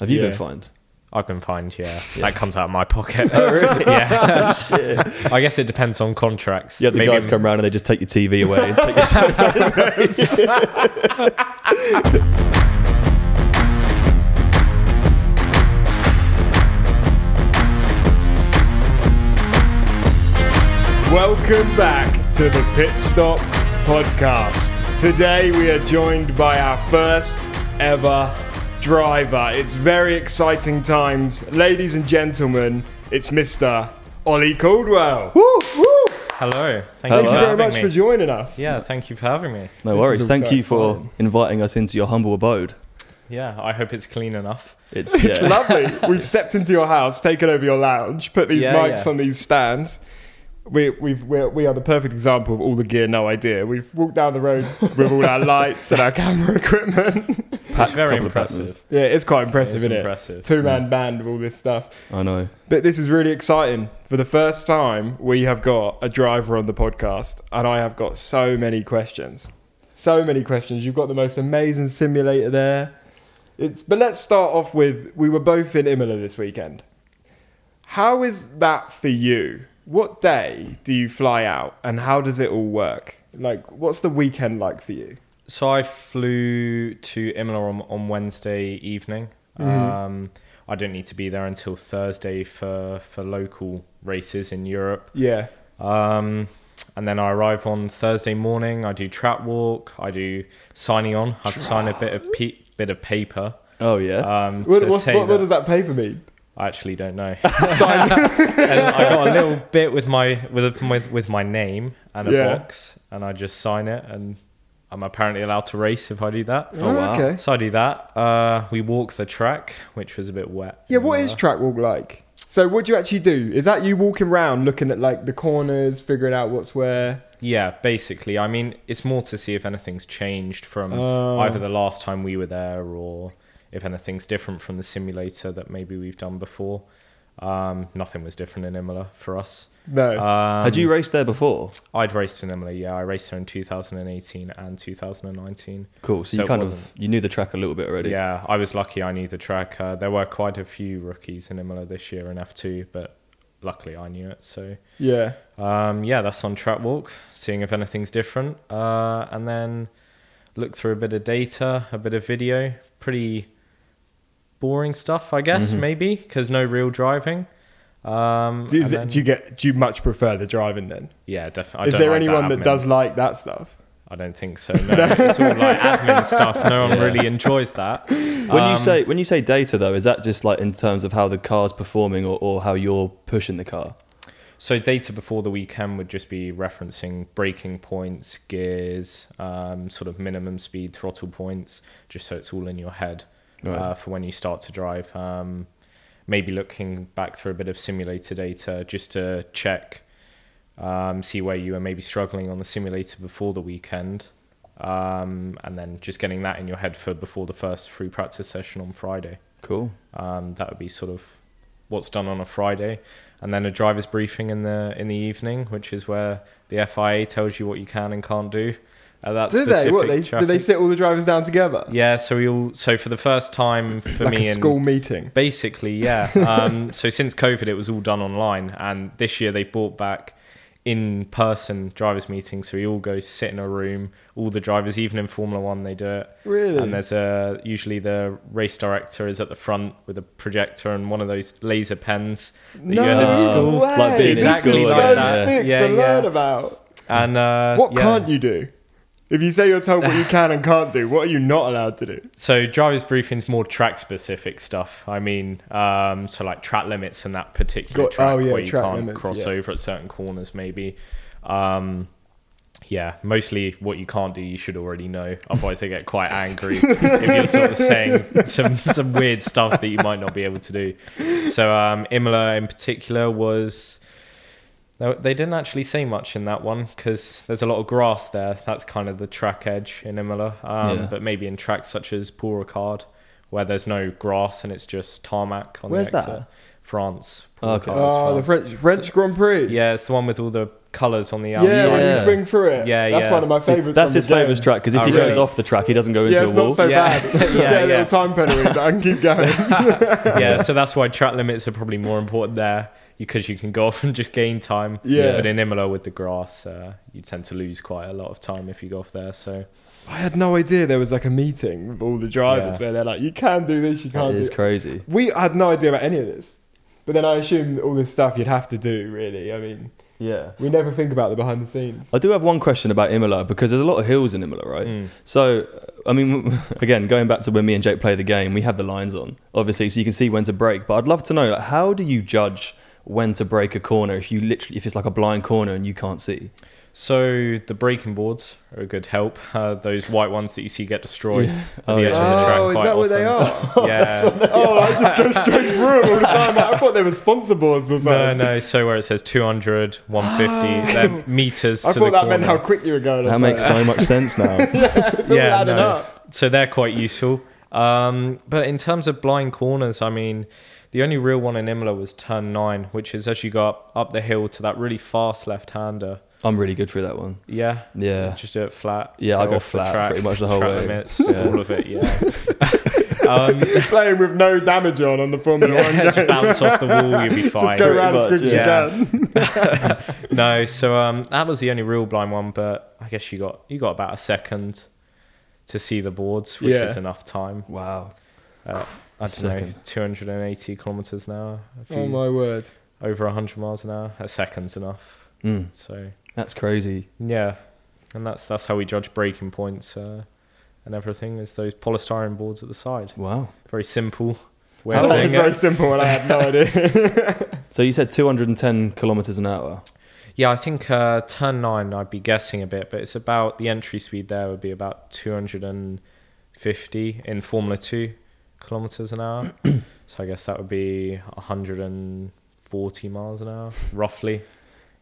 Have you Yeah. been fined? I've been fined, yeah. Yeah. Oh, That comes out of my pocket. really? yeah. Shit. I guess it depends on contracts. Yeah, the Maybe guys I'm- come round and they just take your TV away and take your cell Welcome back to the Pit Stop Podcast. Today we are joined by our first ever driver. It's very exciting times. Ladies and gentlemen, it's Mr. Ollie Caldwell. Woo, woo. Hello. Thank Thank you you for very having much me. for joining us. yeah, thank you for having me. No This is worries. all Thank so you for exciting. inviting us into your humble abode. Yeah, I hope it's clean enough. It's, It's yeah. lovely. We've stepped into your house, taken over your lounge, put these Yeah, mics yeah. on these stands. We, we've, we're, we are the perfect example of all the gear, no idea. We've walked down the road with all our lights and our camera equipment. Pack- It's very couple of impressive. partners. Yeah, it's quite impressive, It's isn't impressive. it? Two man band with all this stuff. I know. But this is really exciting. For the first time, we have got a driver on the podcast, and I have got so many questions. So many questions. You've got the most amazing simulator there. It's but let's start off with we were both in Imola this weekend. How is that for you? What day do you fly out and how does it all work? Like what's the weekend like for you? So I flew to Imola on, on Wednesday evening. Mm-hmm. Um, I didn't need to be there until Thursday for, for local races in Europe. Yeah. Um, and then I arrive on Thursday morning. I do trap walk. I do signing on. I sign a bit of pe- bit of paper. Oh, yeah. Um, What, to what's- say what, what that- does that paper mean? I actually don't know. and I got a little bit with my with my, with my name and a Yeah. box, and I just sign it, and I'm apparently allowed to race if I do that. Oh, wow. Okay. So I do that. Uh, we walk the track, which was a bit wet. Yeah, what is track walk like? So what do you actually do? Is that you walking around looking at like the corners, figuring out what's where? Yeah, basically. I mean, it's more to see if anything's changed from Oh. either the last time we were there or if anything's different from the simulator that maybe we've done before. Um, nothing was different in Imola for us. No. Um, Had you raced there before? I'd raced in Emily, yeah. I raced her in 2018 and 2019. Cool. So, so you it kind of wasn't- you knew the track a little bit already. Yeah, I was lucky I knew the track. Uh, there were quite a few rookies in Imola this year in F2, but luckily I knew it. So, yeah. um, yeah, that's on track walk, seeing if anything's different. Uh, and then look through a bit of data, a bit of video. Pretty boring stuff, I guess, maybe, because no real driving. Um, Do, Mm-hmm. is and it- then- do you get? Do you much prefer the driving then? yeah, definitely. Is there anyone that, does like that stuff? I don't think so. No, it's all like admin stuff. No one really enjoys that. When you say when you say data though, is that just like in terms of how the car's performing or, or how you're pushing the car? So data before the weekend would just be referencing braking points, gears, um, sort of minimum speed, throttle points, just so it's all in your head Right. uh, for when you start to drive. Um, maybe looking back through a bit of simulator data just to check, um, see where you were maybe struggling on the simulator before the weekend, um, and then just getting that in your head for before the first free practice session on Friday. Cool. Um, that would be sort of what's done on a Friday, and then a driver's briefing in the in the evening, which is where the FIA tells you what you can and can't do. At that Do specific they? What they? Do they traffic. sit all the drivers down together? Yeah, so we all so for the first time for like me a in school meeting. basically yeah. Um, so since COVID, it was all done online, and this year they've brought back in person drivers meetings. So we all go sit in a room, all the drivers, even in Formula One, they do it. Really? And there's a usually the race director is at the front with a projector and one of those laser pens that No you had in school. way. Like being in exactly school so like that. sick Yeah, to yeah. learn about. And uh, What yeah. can't you do? If you say you're told what you can and can't do, what are you not allowed to do? So drivers briefings more track specific stuff. I mean, um, so like track limits and that particular Got- track oh, yeah, where you track can't limits, cross yeah. over at certain corners, maybe. Um, yeah, mostly what you can't do, you should already know. Otherwise, they get quite angry if you're sort of saying some some weird stuff that you might not be able to do. So um, Imola in particular was. No, they didn't actually say much in that one because there's a lot of grass there. That's kind of the track edge in Imola. Um, Yeah. But maybe in tracks such as Paul Ricard, where there's no grass and it's just tarmac on Where's the that exit. France. Okay. Ricard is Oh, the France. French French Grand Prix. Yeah, it's the one with all the colours on the Yeah, outside. when you Yeah. swing through it. Yeah, That's yeah. one of my See, favourites. that's from the his famous game. track because if Oh, he goes really? off the track, he doesn't go into Yeah, a it's wall. not so Yeah. bad. Just Yeah, get a little yeah. time penalty so I can keep going. yeah, so that's why track limits are probably more important there because you can go off and just gain time. Yeah. But in Imola with the grass, uh, you tend to lose quite a lot of time if you go off there. So I had no idea there was like a meeting with all the drivers Yeah. where they're like, you can do this, you That can't do is crazy. We had no idea about any of this. But then I assume all this stuff you'd have to do, really. I mean, Yeah. we never think about the behind the scenes. I do have one question about Imola because there's a lot of hills in Imola, right? mm, So, I mean, again, going back to when me and Jake play the game, we have the lines on, obviously, so you can see when to break. But I'd love to know, like, how do you judge when to break a corner if you literally, if it's like a blind corner and you can't see? so the braking boards are a good help. Uh, those white ones that you see get destroyed at Oh, the edge yeah. of the track Oh, is quite that what they often. are? Yeah. oh, I just go straight through 'em all the time. I thought they were sponsor boards or No, something. no. So where it says 200, 150, they're meters I to thought the that corner. meant how quick you were going. or That makes something. so much sense now. It's all adding up. So they're quite useful. Um, but in terms of blind corners, I mean, the only real one in Imola was turn nine, which is as you go up, up the hill to that really fast left hander. I'm really good through that one. Yeah. Yeah. Just do it flat. Yeah, I go off the flat pretty much the whole track way. Limits, Yeah. All of it, yeah. um, Playing with no damage on on the Formula One yeah, game. just bounce off the wall, you'll be fine. Just go Pretty around as much, quick as yeah. you can. no, so um, that was the only real blind one, but I guess you got you got about a second to see the boards, which Yeah. is enough time. Wow. Uh, I don't know, Second. 280 kilometers an hour, a few, Oh my word! over 100 miles an hour. A second's enough. Mm, So that's crazy. yeah, and that's that's how we judge breaking points uh, and everything is those polystyrene boards at the side. Wow. Very simple way How That of long was doing very it. simple, and I had no idea. So you said 210 kilometers an hour. Yeah, I think uh, turn nine. I'd be guessing a bit, but it's about the entry speed there would be about 250 in Formula Two kilometers an hour. so I guess that would be 140 miles an hour, roughly.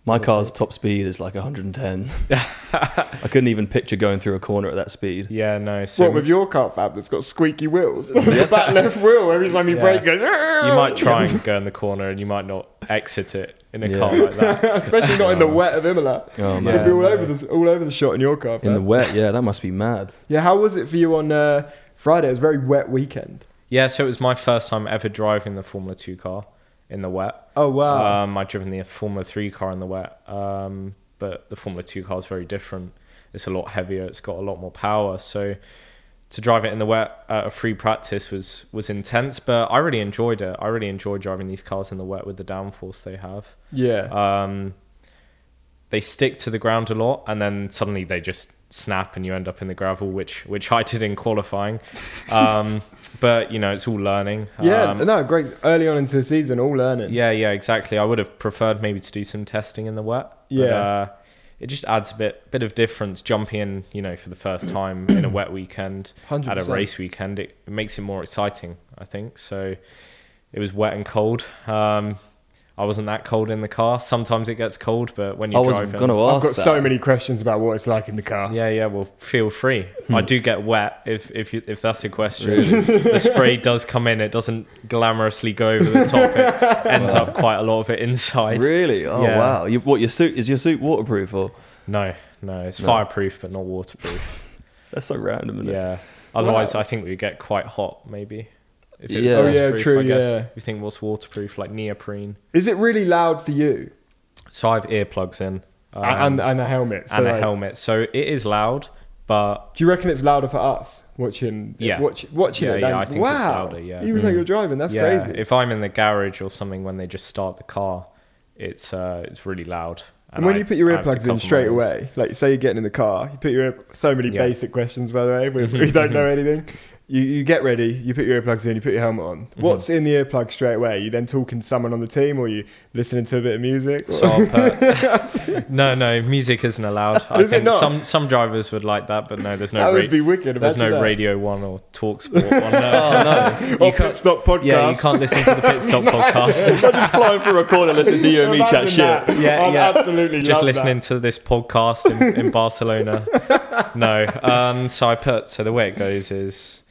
My Honestly. car's top speed is like 110. I couldn't even picture going through a corner at that speed. Yeah, no. So what with your car fab that's got squeaky wheels? the back left wheel every time you Yeah. brake goes. you might try and go in the corner and you might not exit it in a Yeah. car like that. especially not in the wet of Imola. Oh Yeah. It'd man. be all no. over the all over the shot in your car. In the fab. wet, yeah, that must be mad. yeah, how was it for you on uh, Friday? It was a very wet weekend. Yeah, so it was my first time ever driving the Formula 2 car in the wet. Oh wow! Um, I'd driven the Formula 3 car in the wet, um, but the Formula 2 car is very different. It's a lot heavier, it's got a lot more power. So to drive it in the wet at a free practice was, was intense, but I really enjoyed it. I really enjoyed driving these cars in the wet with the downforce they have. yeah, um, they stick to the ground a lot, and then suddenly they just snap, and you end up in the gravel, which which I did in qualifying. Um, but you know, it's all learning. yeah. Um, no, great. Early on into the season, all learning. yeah, yeah, exactly. I would have preferred maybe to do some testing in the wet. but, Yeah. uh, it just adds a bit bit of difference jumping in, you know, for the first time in a wet weekend at a 100%. race weekend. It, it makes it more exciting, I think. So it was wet and cold. Um, I wasn't that cold in the car. Sometimes it gets cold, but when you I was drive, going to I've ask got that. so many questions about what it's like in the car. yeah, yeah. Well, feel free. I do get wet if if you, if that's a question. the spray does come in. It doesn't glamorously go over the top. It ends up quite a lot of it inside. Really? Oh Yeah. wow! You, what your suit is your suit waterproof or No, no, it's No. fireproof but not waterproof. that's so random. Isn't it? yeah. Otherwise, I think we would get quite hot, maybe. If Yeah. Oh, yeah, waterproof, true, I guess. yeah. You think what's waterproof, like neoprene. Is it really loud for you? So I have earplugs in um, and and a helmet. so and a like- helmet, so it is loud, but Do you reckon it's louder for us watching? Yeah. watch, watching Yeah, it. yeah, than- I think it's wow. louder, yeah. Mm. even though you're driving, that's yeah, crazy. if I'm in the garage or something when they just start the car, it's uh, it's really loud. and when I- you put your I have to earplugs cover in my straight ears. away, like say you're getting in the car, you put your ear- so many Yeah. basic questions by the way. We, we don't know anything. You, you get ready, you put your earplugs in, you put your helmet on. Mm-hmm. What's in the earplug straight away? You then talking to someone on the team, or you listening to a bit of music? So I'll put- no, no, music isn't allowed. I Is it think not? some some drivers would like that, but no, there's no that ra- would be wicked. there's no imagine that. Oh, Radio One or Talk Sport on there. Or You pit can't- stop podcast. yeah, you can't listen to the pit stop podcast. Imagine flying through a corner, listening to you and me chat Imagine shit. that. Yeah, I'd yeah. absolutely. Just love listening That. to this podcast in, in Barcelona. No, um, so I put so the way it goes is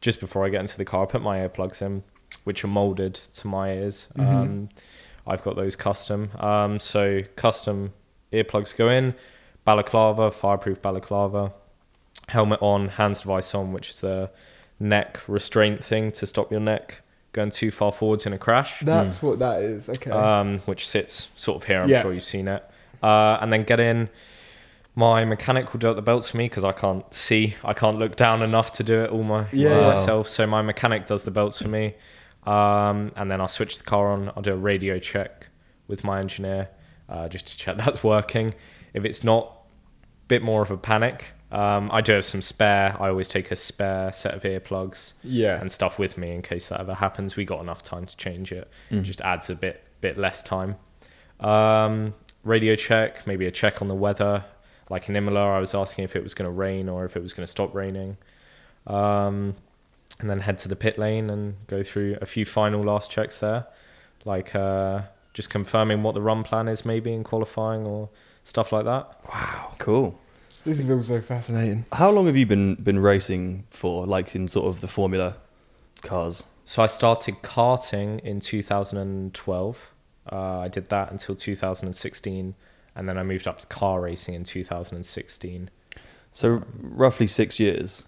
just before I get into the car, I put my earplugs in, which are molded Mm-hmm. to my ears. Um, I've got those custom. Um, so custom earplugs go in, balaclava, fireproof balaclava, helmet on, hands device on, which is the neck restraint thing to stop your neck going too far forwards in a crash. That's what that is. Okay. um, which sits sort of here. I'm Yeah. sure you've seen it. Uh, and then get in. My mechanic will do up the belts for me because I can't see. I can't look down enough to do it all my Yeah. all Wow. myself. So my mechanic does the belts for me, um, and then I'll switch the car on. I'll do a radio check with my engineer uh, just to check that's working. If it's not, bit more of a panic. Um, I do have some spare. I always take a spare set of earplugs yeah. and stuff with me in case that ever happens. We got enough time to change it. Just adds a bit bit less time. Um, radio check, maybe a check on the weather. Like in Imola, I was asking if it was going to rain or if it was going to stop raining. Um, and then head to the pit lane and go through a few final last checks there, like uh, just confirming what the run plan is, maybe in qualifying or stuff like that. Cool. This is also fascinating. How long have you been been racing for, like in sort of the Formula cars? So I started karting in 2012. Uh, I did that until 2016, and then I moved up to car racing in 2016. So roughly six years.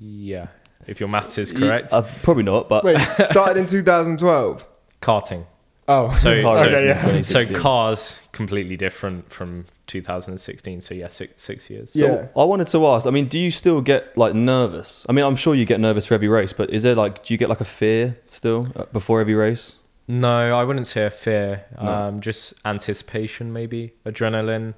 Yeah, if your maths is correct, Uh, probably not, but Wait, started in 2012. karting. Oh, So, Car so, racing in so 2016. cars completely different from 2016. So yeah, six six years. So Yeah. I wanted to ask. I mean, do you still get like nervous? I mean, I'm sure you get nervous for every race, but is there like, do you get like a fear still uh, before every race? No, I wouldn't say a fear. No. Um, just anticipation, maybe adrenaline.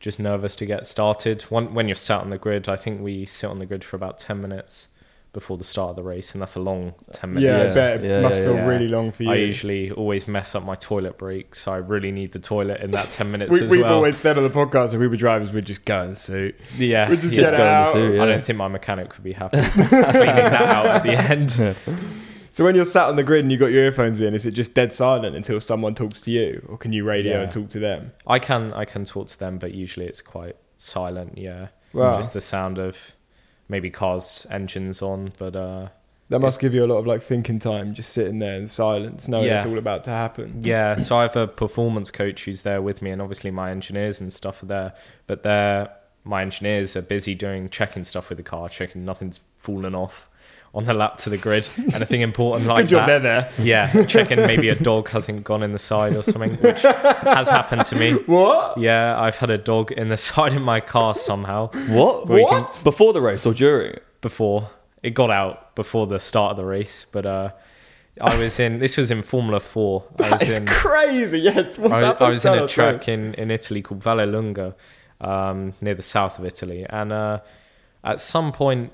Just nervous to get started. When, when you're sat on the grid, I think we sit on the grid for about ten minutes before the start of the race, and that's a long ten yeah, minutes. I bet it Yeah, must yeah, feel yeah. really long for you. I usually always mess up my toilet break, so I really need the toilet in that ten minutes we, as we've well. always said on the podcast that we were drivers, we'd just go in the suit. yeah, We'd just yeah. Just get go in the out. suit, I yeah. don't think my mechanic would be happy cleaning that out at the end. So when you're sat on the grid and you got your earphones in, is it just dead silent until someone talks to you, or can you radio Yeah. and talk to them? I can I can talk to them, but usually it's quite silent. Yeah, Wow. just the sound of maybe cars engines on, but Mm. uh, That must give you a lot of like thinking time, just sitting there in silence, knowing Yeah. it's all about to happen. yeah. So I have a performance coach who's there with me, and obviously my engineers and stuff are there, but they're my engineers are busy doing checking stuff with the car, checking nothing's fallen off on the lap to the grid, anything important like Good job, that. they're there. Yeah, checking maybe a dog hasn't gone in the side or something, which has happened to me. What? Yeah, I've had a dog in the side of my car somehow. What? Well, you can- What? Before the race or during? before it got out before the start of the race but uh i was in this was in formula 4 i was It's in crazy. Yes, what's Um, I, happened? I was in Tell a us, track in, in Italy called Vallelunga, um, near the south of Italy. And uh, at some point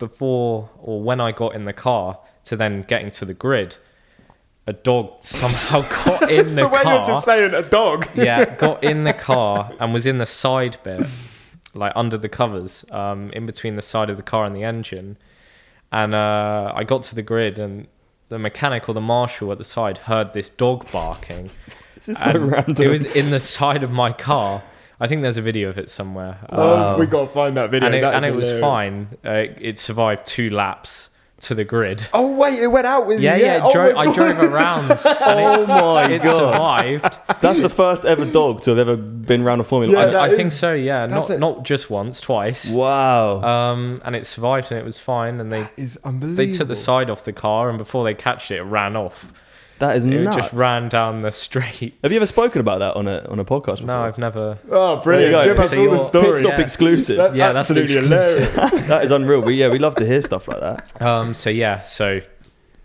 before or when I got in the car to then getting to the grid, a dog somehow got in It's the, the, way car you're just saying a dog. yeah, got in the car and was in the side bit, like under the covers, um, in between the side of the car and the engine. And uh, I got to the grid, and the mechanic or the marshal at the side heard this dog barking. This is so and random. It was in the side of my car. I think there's a video of it somewhere. Um, Oh, we gotta find that video. and it, That and is it was hilarious. fine. Uh, it survived two laps to the grid. Oh wait, it went out with Yeah, you. yeah. Oh, drove, my I God. drove around. and oh my it god! survived. That's the first ever dog to have ever been round a Formula. Yeah, I- that I is- think so. Yeah, that's not it. not just once, twice. wow. Um, and it survived and it was fine. And they Is unbelievable. they took the side off the car, and before they catched it, it ran off. that is It nuts. just ran down the straight. Have you ever spoken about that on a on a podcast? Before? No, I've never. Oh, brilliant! There you go. Give us So all Pit the you're- story. stop yeah. exclusive. That's Yeah, that's an absolutely exclusive. hilarious. that is unreal. We, yeah, we love to hear stuff like that. Um, so yeah, so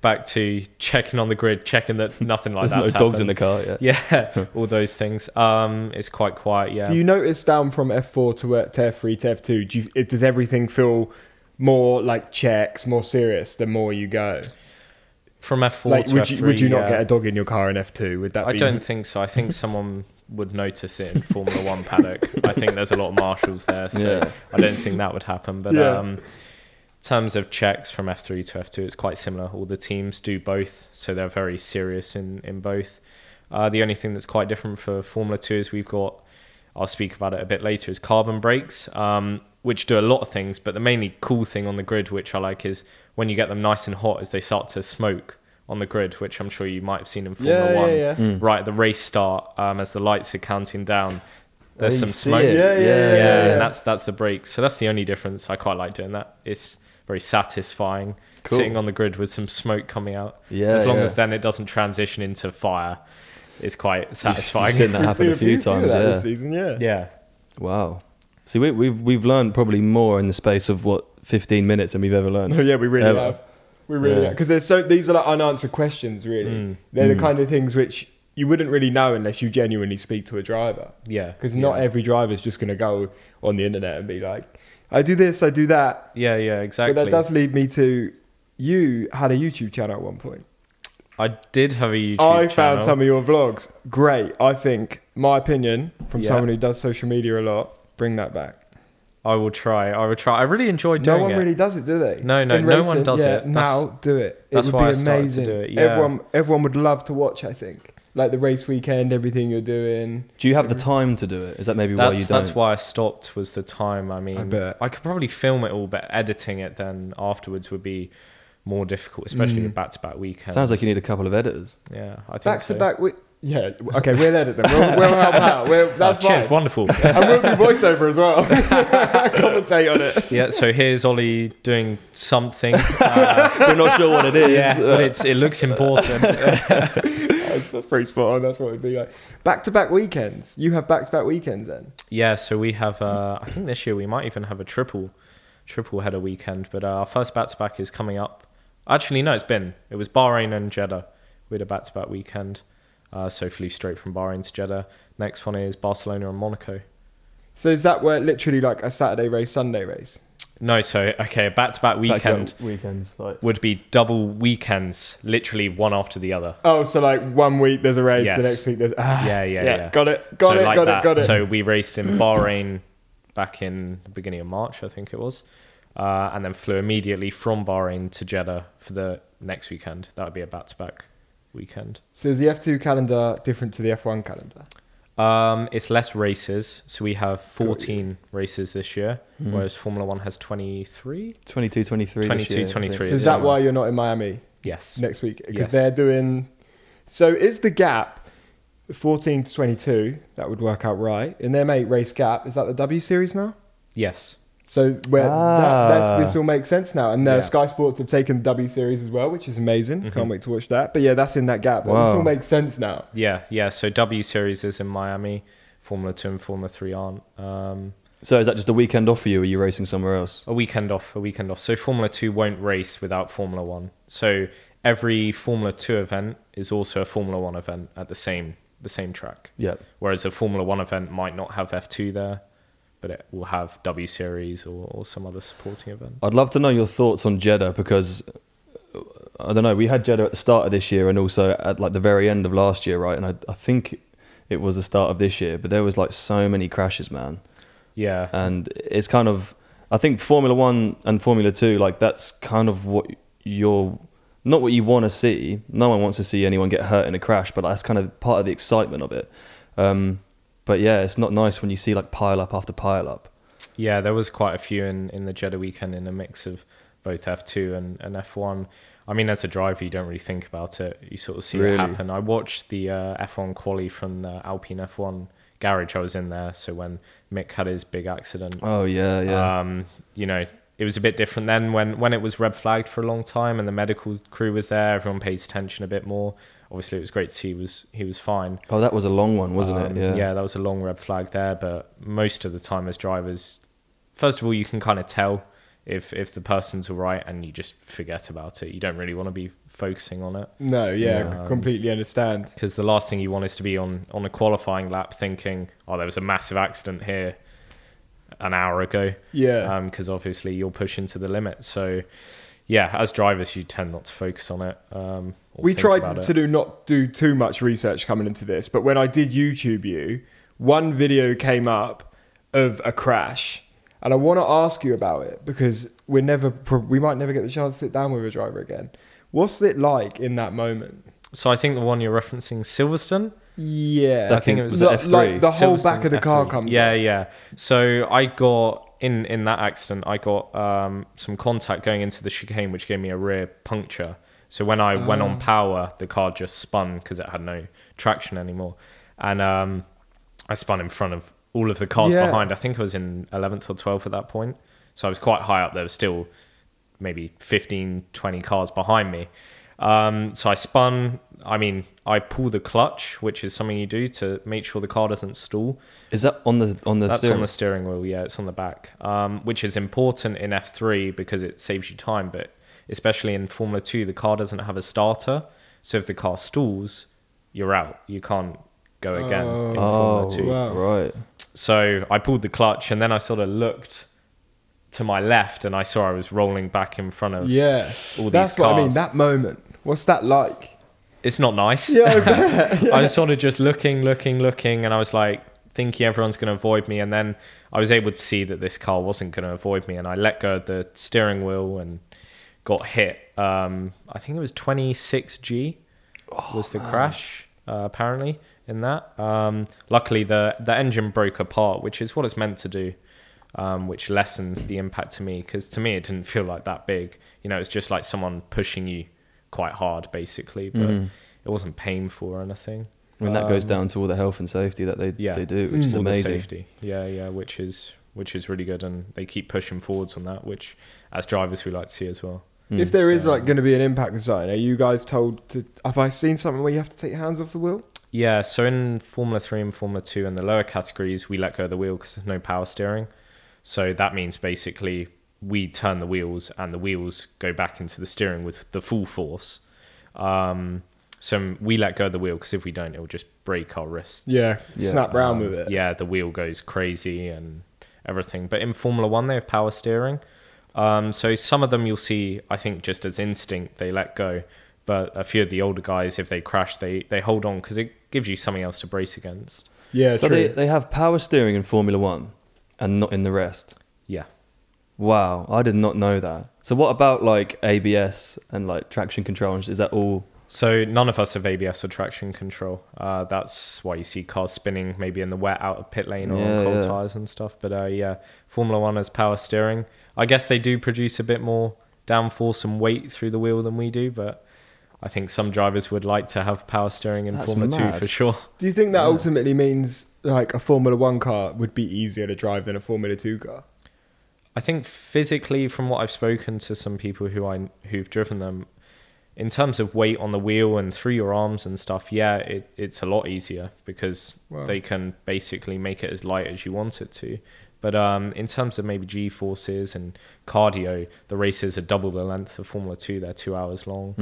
back to checking on the grid, checking that nothing like There's no Oh, that's dogs in the happened. car. Yeah. Yeah, all those things. Um, it's quite quiet. Yeah. Do you notice down from F4 to, uh, to F3 to F2? Do you, it, does everything feel more like checks, more serious the more you go? From F4 like, to would F3, you would you not yeah. get a dog in your car in F2? Would that I be? don't think so. I think someone would notice it in Formula One paddock. I think there's a lot of marshals there, so Yeah. I don't think that would happen. But Yeah. um, in terms of checks from F3 to F2, it's quite similar. All the teams do both, so they're very serious in in both. Uh, the only thing that's quite different for Formula Two is we've got. I'll speak about it a bit later. Is carbon brakes, um, which do a lot of things, but the mainly cool thing on the grid, which I like, is when you get them nice and hot, is they start to smoke on the grid, which I'm sure you might have seen in Formula Yeah, yeah, One yeah. right at the race start um, as the lights are counting down There's Oh, some you see smoke. it. Yeah, yeah, yeah, yeah, yeah. and that's that's the break. So that's the only difference. I quite like doing that. It's very satisfying Cool. sitting on the grid with some smoke coming out. Yeah, as long yeah. as then it doesn't transition into fire, it's quite You've- satisfying. You've seen that happen a We've seen few of times, that yeah. This season, yeah. yeah, Wow. See, we, we've we've learned probably more in the space of what 15 minutes than we've ever learned. No, Oh, yeah, we really Ever. have. We really Yeah. have. Because there's so these are like unanswered questions, really. Mm. They're the Mm. kind of things which you wouldn't really know unless you genuinely speak to a driver. yeah, Because not every driver's just going to go on the internet and be like, "I do this, I do that." yeah, yeah, exactly. But that does lead me to you had a YouTube channel at one point. I did have a YouTube. I found channel. some of your vlogs great. I think my opinion from Yeah. someone who does social media a lot, bring that back. I will try. I will try. I really enjoyed doing No one it. really does it, do they? No, no, no one does yeah, it. Now That's- do it. It that's would why I be started to amazing. do it, yeah. Everyone, everyone would love to watch. I think like the race weekend, everything you're doing. Do you have the time to do it? Is that maybe why you that's don't? that's why I stopped was the time. I mean, I, bet. could probably film it all, but editing it then afterwards would be more difficult, especially Mm. with back-to-back weekends. Hmm. Sounds like you need a couple of editors. Yeah, I think Back so. to back. We- yeah. Okay, we'll edit them. We'll, we'll help out. We'll, Oh, that's cheers, fine. wonderful. and we'll do voiceover as well. Commentate on it. yeah, so here's Ollie doing something. Uh, We're not sure what it is. yeah, uh, but it's, it looks important. That's, that's pretty spot on. That's what it'd be like. Back to back weekends. You have back to back weekends then. Yeah, so we have. Uh, I think this year we might even have a triple, triple header weekend. But uh, our first back to back is coming up. Actually, no, it's been. It was Bahrain and Jeddah. We had a back to back weekend. Uh, so flew straight from Bahrain to Jeddah. Next one is Barcelona and Monaco. So is that where literally like a Saturday race, Sunday race? No, so okay, back to back back to weekend that Weekends. Like, would be double weekends, literally one after the other. Oh, so like one week there's a race, Yes. the next week there's ah, Yeah, yeah, yeah. Got it, got so it, like got that. it, got it. So we raced in Bahrain back in the beginning of March, I think it was, uh, and then flew immediately from Bahrain to Jeddah for the next weekend. That would be a back-to-back weekend. So is the F2 calendar different to the F1 calendar? Um, it's less races, so we have 14 races this year, Hmm. whereas Formula One has 23. 22, 23. 22, this year, I think. 23. So is yeah. that why you're not in Miami Yes. next week? Because Yes. they're doing. So is the gap 14 to 22? That would work out right. In their mate race gap, is that the W Series now? Yes. So where Ah. that, that's, this all makes sense now, and uh, Yeah. Sky Sports have taken the W Series as well, which is amazing. Can't wait to watch that. But yeah, that's in that gap. Wow. This all makes sense now. Yeah. Yeah. So W Series is in Miami. Formula Two and Formula Three aren't. Um, So is that just a weekend off for you? Or are you racing somewhere else? a weekend off, a weekend off. So Formula Two won't race without Formula One. So every Formula Two event is also a Formula One event at the same the same track. Yeah. Whereas a Formula One event might not have F two there, but it will have W Series or, or some other supporting event. I'd love to know your thoughts on Jeddah because uh, I don't know. We had Jeddah at the start of this year and also at like the very end of last year, right? And I, I think it was the start of this year, but there was like so many crashes, man. Yeah. And it's kind of, I think Formula One and Formula Two, like that's kind of what you're, not what you want to see. No one wants to see anyone get hurt in a crash, but that's kind of part of the excitement of it. Um, but yeah, it's not nice when you see like pile up after pile up. Yeah, there was quite a few in, in the Jeddah weekend in a mix of both F2 and, and F1. I mean, as a driver, you don't really think about it. You sort of see Really? it happen. I watched the uh, F1 quali from the Alpine F1 garage. I was in there. So when Mick had his big accident, Oh yeah, yeah. um, you know, it was a bit different then when, when it was red flagged for a long time and the medical crew was there. Everyone pays attention a bit more. Obviously, it was great to see he was, he was fine. oh, that was a long one, wasn't Um, it? Yeah. that was a long red flag there. But most of the time, as drivers, first of all, you can kind of tell if if the person's all right, and you just forget about it. You don't really want to be focusing on it No, yeah, Yeah. c- completely understand. because the last thing you want is to be on on a qualifying lap thinking, "Oh, there was a massive accident here an hour ago," Yeah, because obviously you're pushing to the limit. So. Yeah, as drivers, you tend not to focus on it. Um, or we think about tried it. to do not do too much research coming into this, but when I did YouTube you, one video came up of a crash, and I want to ask you about it because we're never pro- we might never get the chance to sit down with a driver again. What's it like in that moment? So I think the one you're referencing, Silverstone. Yeah, That thing it was the, the F3. like the whole back of the Silverstone car F3. comes. Yeah, off. yeah. So I got in in that accident. I got um, some contact going into the chicane, which gave me a rear puncture. So when I went on power, the car just spun because it had no traction anymore, and um, I spun in front of all of the cars Yeah. behind. I think I was in 11th or 12th at that point. So I was quite high up. There was still maybe 15, 20 cars behind me. Um, so I spun. I mean, I pull the clutch, which is something you do to make sure the car doesn't stall. Is that on the on the? That's steering? on the steering wheel. Yeah, it's on the back, um, which is important in F3 because it saves you time. But especially in Formula 2, the car doesn't have a starter. So if the car stalls, you're out. You can't go again in Oh, Formula 2. Wow. right. So I pulled the clutch and then I sort of looked to my left and I saw I was rolling back in front of. Yeah. All That's what these I mean. cars. That moment. What's that like? It's not nice. Yeah, I bet. I was sort of just looking, looking, looking, and I was like thinking everyone's going to avoid me. And then I was able to see that this car wasn't going to avoid me, and I let go of the steering wheel and got hit. Um, I think it was 26G was Oh, the crash, uh, apparently, in that. Um, luckily, the, the engine broke apart, which is what it's meant to do. Um, which lessens the impact to me because to me it didn't feel like that big. You know, it's just like someone pushing you quite hard, basically. But Mm. it wasn't painful or anything. I mean, that goes down to all the health and safety that they Um, yeah. Mm. they do, which is All the amazing. safety. Yeah, yeah, which is which is really good, and they keep pushing forwards on that, which as drivers we like to see as well. if there is Hmm, so- like going to be an impact zone, are you guys told to? Have I seen something where you have to take your hands off the wheel? Yeah, so in Formula Three and Formula Two, in the lower categories, we let go of the wheel because there's no power steering. So that means basically we turn the wheels, and the wheels go back into the steering with the full force. Um, so we let go of the wheel because if we don't, it will just break our wrists. Yeah. Snap round Um, with it. Yeah, the wheel goes crazy and everything. But in Formula One, they have power steering. Um, so some of them you'll see, I think, just as instinct, they let go. But a few of the older guys, if they crash, they, they hold on because it gives you something else to brace against. Yeah. so they they have power steering in Formula One, and not in the rest. Yeah. Wow, I did not know that. So what about like ABS and like traction control? and sh- Is that all? So none of us have ABS or traction control. Uh, that's why you see cars spinning maybe in the wet out of pit lane or Yeah, on cold yeah. tires and stuff. But uh, yeah, Formula One has power steering. I guess they do produce a bit more downforce and weight through the wheel than we do, but I think some drivers would like to have power steering in That's Formula mad. Two for sure. Do you think that ultimately means like a Formula One car would be easier to drive than a Formula Two car? I think physically, from what I've spoken to some people who I who've driven them, in terms of weight on the wheel and through your arms and stuff, yeah, it, it's a lot easier because Wow. they can basically make it as light as you want it to. But um, in terms of maybe G forces and cardio, the races are double the length of Formula Two. They're two hours long.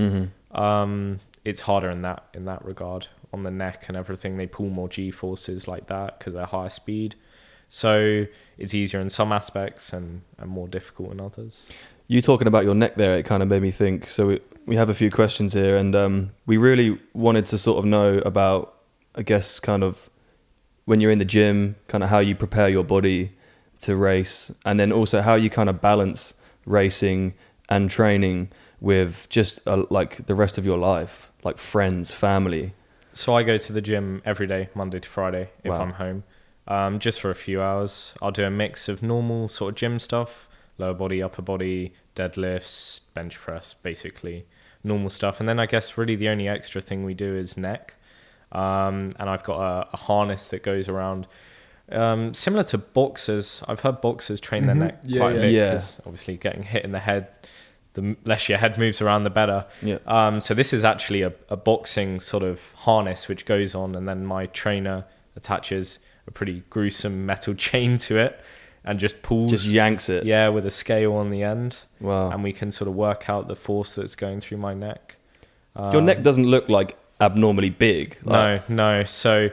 Um, it's harder in that in that regard on the neck and everything. They pull more G forces like that because they're higher speed. So it's easier in some aspects and, and more difficult in others. You talking about your neck there? It kind of made me think. So we we have a few questions here, and um, we really wanted to sort of know about, I guess, kind of when you're in the gym, kind of how you prepare your body to race, and then also how you kind of balance racing and training with just uh, like the rest of your life, like friends, family. So I go to the gym every day, Monday to Friday, if Wow. I'm home, um, just for a few hours. I'll do a mix of normal sort of gym stuff, lower body, upper body, deadlifts, bench press, basically normal stuff. And then I guess really the only extra thing we do is neck. Um, and I've got a, a harness that goes around, um, similar to boxers. I've heard boxers train their neck Yeah, quite yeah. a bit Yeah. 'cause obviously getting hit in the head, the m- less your head moves around, the better. Yeah. Um, so this is actually a, a boxing sort of harness which goes on, and then my trainer attaches a pretty gruesome metal chain to it and just pulls. Just yanks it. yeah, with a scale on the end, Wow. and we can sort of work out the force that's going through my neck. Um, Your neck doesn't look like abnormally big. Like, No, no. So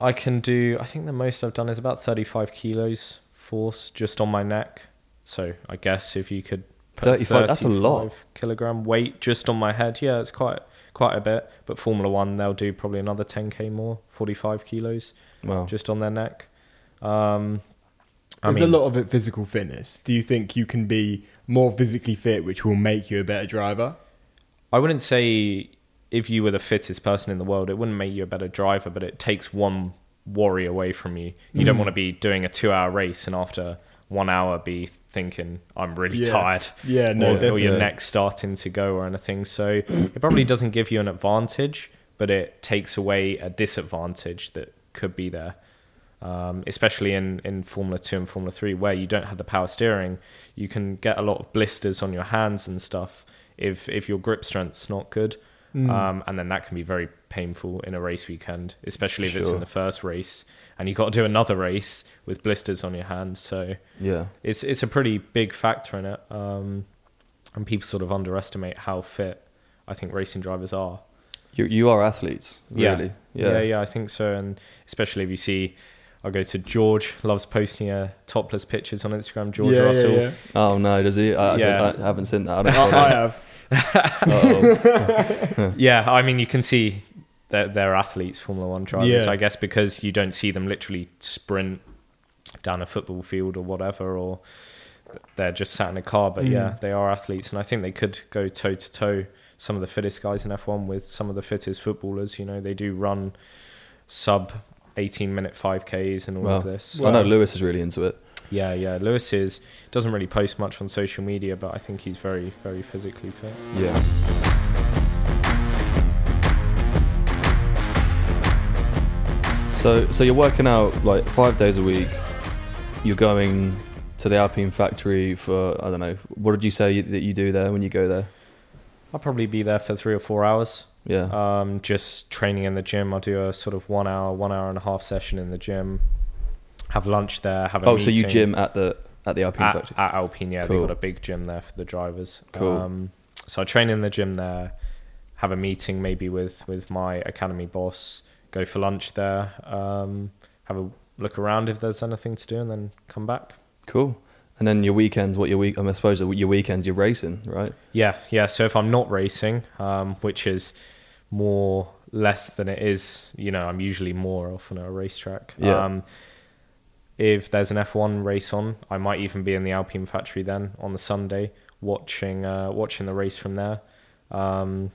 I can do. I think the most I've done is about thirty-five kilos force just on my neck. So I guess if you could put 35, that's a lot. 35 kilogram weight just on my head, yeah, it's quite quite a bit. But Formula One, they'll do probably another ten k more, forty-five kilos Wow. just on their neck. Um, I There's mean, a lot of it physical fitness. Do you think you can be more physically fit, which will make you a better driver? I wouldn't say if you were the fittest person in the world, it wouldn't make you a better driver, but it takes one worry away from you. You Hmm. don't want to be doing a two hour race and after one hour be thinking, I'm really Yeah. tired. Yeah, no, or, or your definitely. neck's starting to go or anything. So it probably doesn't give you an advantage, but it takes away a disadvantage that could be there. um, especially in, in Formula 2 and Formula 3, where you don't have the power steering, you can get a lot of blisters on your hands and stuff if, if your grip strength's not good. Um, and then that can be very painful in a race weekend, especially if it's Sure. in the first race and you've got to do another race with blisters on your hands. So Yeah. it's, it's a pretty big factor in it. Um, and people sort of underestimate how fit I think racing drivers are. You, you are athletes, Yeah. really. Yeah. yeah, I think so. And especially if you see, I'll go to George, loves posting uh, topless pictures on Instagram. George yeah, Russell. Yeah, Oh, no, does he? I, actually, Yeah. Oh, I haven't seen that. I yeah. don't follow I, I that. have. Uh-oh. Yeah, I mean, you can see that they're athletes, Formula One drivers, Yeah. I guess, because you don't see them literally sprint down a football field or whatever, or they're just sat in a car. Mm. But yeah, they are athletes. And I think they could go toe to toe, some of the fittest guys in F1 with some of the fittest footballers. You know, they do run sub 18 minute 5Ks and all Well, of this. I know Well- Lewis is really into it. Yeah, yeah. Lewis is doesn't really post much on social media, but I think he's very, very physically fit. Yeah. So, so you're working out like five days a week. You're going to the Alpine factory for I don't know. What did you say you, that you do there when you go there? I'll probably be there for three or four hours. Yeah. Um, just training in the gym. I'll do a sort of one hour, one hour and a half session in the gym. Have lunch there. Have a oh, so you meeting gym at the at the Alpine at, factory? at Alpine. Yeah, Cool. they've got a big gym there for the drivers. Cool. Um, so I train in the gym there. Have a meeting maybe with with my academy boss. Go for lunch there. Um, have a look around if there's anything to do, and then come back. Cool. And then your weekends, what your week? I, mean, I suppose your weekends, you're racing, right? Yeah, yeah. So if I'm not racing, um, which is more less than it is, you know, I'm usually more often at a racetrack. Yeah. Um, if there's an F1 race on, I might even be in the Alpine factory then on the Sunday, watching uh, watching the race from there. Um,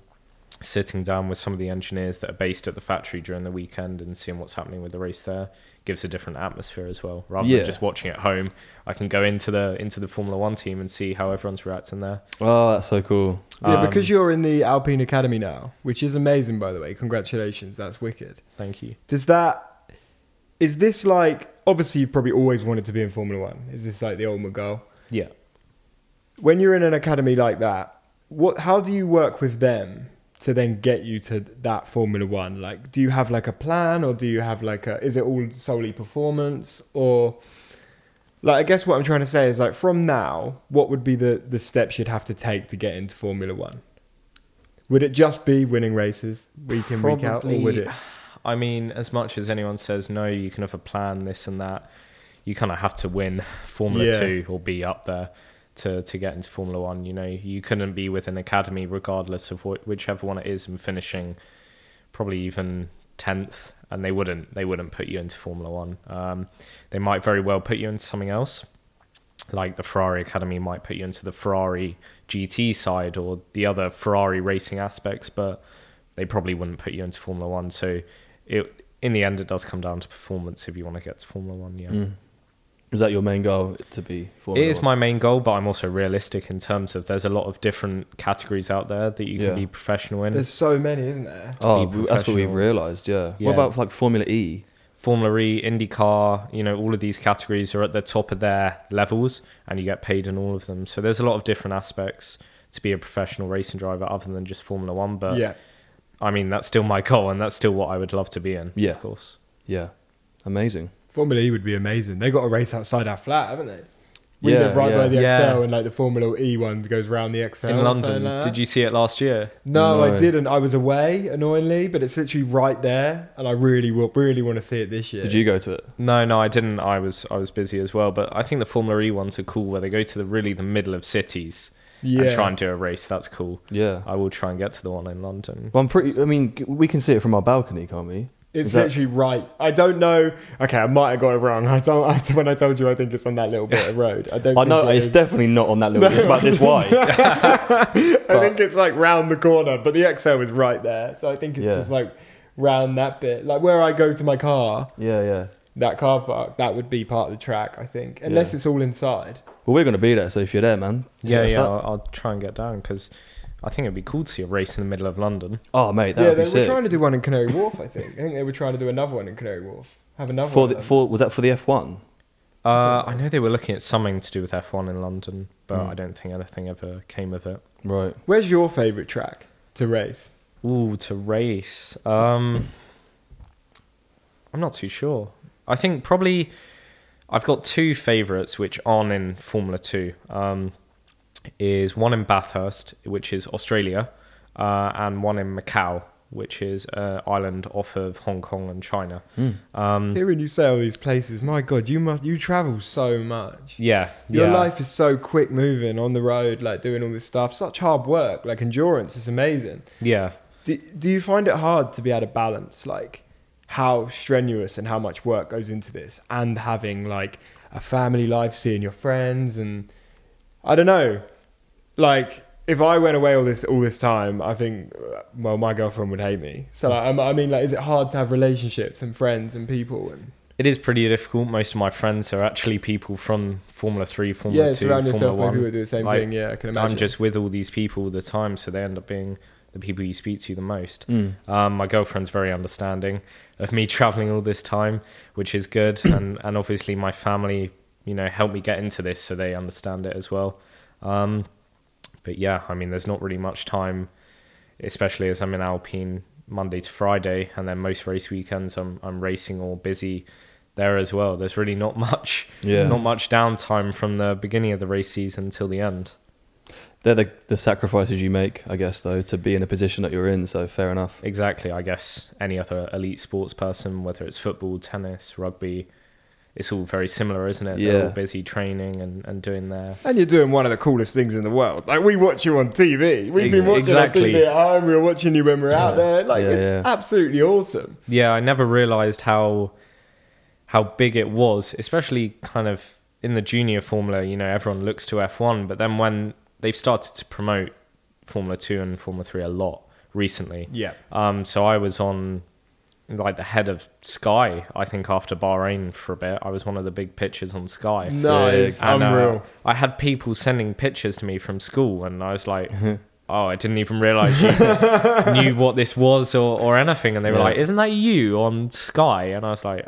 sitting down with some of the engineers that are based at the factory during the weekend and seeing what's happening with the race there gives a different atmosphere as well. Rather Yeah. than just watching at home, I can go into the into the Formula One team and see how everyone's reacting there. Oh, that's so cool. Um, Yeah, because you're in the Alpine Academy now, which is amazing, by the way. Congratulations, that's wicked. Thank you. Does that is this like obviously you probably always wanted to be in Formula One? Is this like the ultimate goal? Yeah. When you're in an academy like that, what how do you work with them to then get you to that Formula One? Like, do you have like a plan, or do you have like a is it all solely performance, or like I guess what I'm trying to say is like from now, what would be the the steps you'd have to take to get into Formula One? Would it just be winning races week in week out, or would it? I mean, as much as anyone says no, you can have a plan, this and that. You kind of have to win Formula Yeah. Two or be up there to to get into Formula One. You know, you couldn't be with an academy regardless of what, whichever one it is and finishing probably even tenth, and they wouldn't they wouldn't put you into Formula One. Um, they might very well put you into something else. like the Ferrari Academy might put you into the Ferrari GT side or the other Ferrari racing aspects, but they probably wouldn't put you into Formula One. So it in the end it does come down to performance if you want to get to Formula One, yeah. Is that your main goal to be? It Formula is One? my main goal, but I'm also realistic in terms of there's a lot of different categories out there that you can Yeah. be professional in. There's so many, isn't there? Oh, be that's what we've professional. realised. Yeah. Yeah. What about like Formula E? Formula E, IndyCar, you know, all of these categories are at the top of their levels and you get paid in all of them. So there's a lot of different aspects to be a professional racing driver other than just Formula One. But yeah. I mean, that's still my goal and that's still what I would love to be in. Yeah. Of course. Yeah. Amazing. Formula E would be amazing. They got a race outside our flat, haven't they? We Yeah, live right yeah. by the Yeah. XL, and like the Formula E one goes round the XL. in or London. something like that. Did you see it last year? No, I No. didn't. I was away, annoyingly, but it's literally right there, and I really will, really want to see it this year. Did you go to it? No, no, I didn't. I was I was busy as well. But I think the Formula E ones are cool where they go to the really the middle of cities Yeah. and try and do a race. That's cool. Yeah. I will try and get to the one in London. Well, I'm pretty. I mean, g- we can see it from our balcony, can't we? It's Is that- literally right. I don't know. Okay, I might have got it wrong. I don't. I, when I told you, I think it's on that little bit of road. I don't. I think know it it's is. definitely not on that little. It's about this wide. I think it's like round the corner, but the XL is right there, so I think it's Yeah. just like round that bit, like where I go to my car. yeah, yeah. that car park, that would be part of the track, I think, unless Yeah. it's all inside. Well, we're gonna be there, so if you're there, man, hit Yeah, us yeah. up. I'll, I'll try and get down because I think it'd be cool to see a race in the middle of London. Oh mate, that yeah, would they be were sick. trying to do one in Canary Wharf. I think. I think they were trying to do another one in Canary Wharf. Have another for one. the, done. for was that for the F1? Uh, I know they were looking at something to do with F1 in London, but Mm. I don't think anything ever came of it. Right. Where's your favourite track to race? Ooh, to race. Um, I'm not too sure. I think probably I've got two favourites which aren't in Formula Two. Um, is one in Bathurst, which is Australia, uh, and one in Macau, which is an island off of Hong Kong and China. Hmm. Mm. Um, Hearing you say all these places, my God, you must you travel so much. yeah, Your yeah. life is so quick moving on the road, like doing all this stuff. Such hard work, like endurance is amazing. Yeah. Do, do you find it hard to be able to balance like how strenuous and how much work goes into this and having like a family life, seeing your friends and I don't know. Like if I went away all this all this time, I think uh, well my girlfriend would hate me. So like, I'm- I mean like is it hard to have relationships and friends and people and It is pretty difficult. Most of my friends are actually people from Formula Three, Formula yeah, Two, surround Formula yourself with One. people who do the same Like, thing. Yeah, I can imagine. I'm just with all these people all the time, so they end up being the people you speak to the most. Mm. Um, my girlfriend's very understanding of me traveling all this time, which is good, and and obviously my family, you know, helped me get into this, so they understand it as well. Um, but yeah, I mean, there's not really much time, especially as I'm in Alpine Monday to Friday, and then most race weekends I'm I'm racing or busy there as well. There's really not much, Yeah. not much downtime from the beginning of the race season till the end. They're the, the sacrifices you make, I guess, though, to be in a position that you're in. So fair enough. Exactly. I guess any other elite sports person, whether it's football, tennis, rugby, it's all very similar, isn't it? They're Yeah. all busy training and, and doing their. and you're doing one of the coolest things in the world. Like we watch you on TV. We've been Ex- watching exactly. on TV at home. We were watching you when we were out there. Like Yeah, it's yeah. absolutely awesome. Yeah, I never realised how how big it was, especially kind of in the junior formula. You know, everyone looks to F1, but then when they've started to promote Formula Two and Formula Three a lot recently, Yeah. Um, so I was on like the head of Sky, I think, after Bahrain for a bit. I was one of the big pitchers on Sky. Nice. And, uh, Unreal. I had people sending pictures to me from school, and I was like, "Oh, I didn't even realize you knew what this was or, or anything." And they were Yeah. like, "Isn't that you on Sky?" And I was like,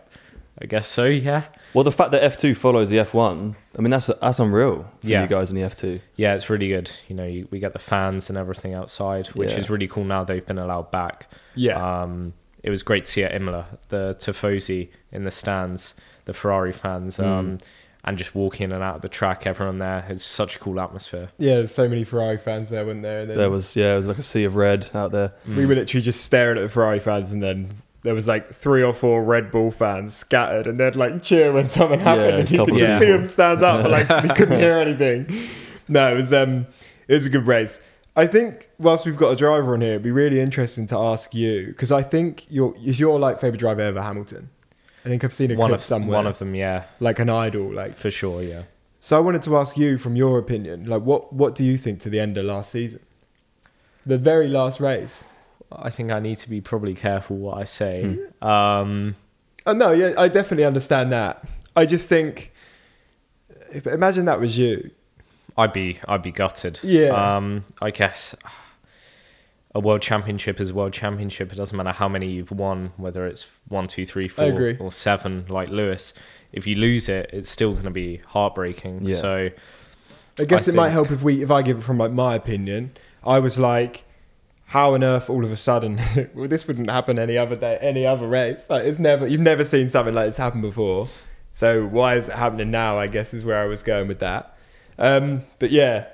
"I guess so, yeah." Well, the fact that F2 follows the F1, I mean, that's that's unreal for Yeah. you guys in the F2. Yeah, it's really good. You know, you, we get the fans and everything outside, which Yeah. is really cool. Now they've been allowed back. Yeah. Uh, Um, it was great to see at Imola the Tifosi in the stands, the Ferrari fans, Mm. um, and just walking in and out of the track. Everyone there, it's such a cool atmosphere. yeah. There's so many Ferrari fans there, weren't there? And then There was yeah, it was like a sea of red out there. We were literally just staring at the Ferrari fans, and then there was like three or four Red Bull fans scattered, and they'd like cheer when something Yeah, happened, a and you couple could of just see people. them stand up, but like they couldn't hear anything. No, it was um, it was a good race. I think whilst we've got a driver on here, it'd be really interesting to ask you because I think your is your like favorite driver ever Hamilton. I think I've seen a One clip of somewhere, one of them, yeah, like an idol, like. for sure, yeah. So I wanted to ask you, from your opinion, like what what do you think to the end of last season, the very last race? I think I need to be probably careful what I say. Hmm. Um, Oh, no, yeah, I definitely understand that. I just think, if- imagine that was you. I'd be I'd be gutted. Yeah. Um, I guess a world championship is a world championship. It doesn't matter how many you've won, whether it's one, two, three, I four, agree. or seven, like Lewis. If you lose it, it's still going to be heartbreaking. Yeah. So I guess I it might think- help if we, if I give it from like my opinion. I was like, how on earth all of a sudden? well, this wouldn't happen any other day, any other race. Like it's never, you've never seen something like this happen before. So why is it happening now? I guess is where I was going with that. Um, but yeah,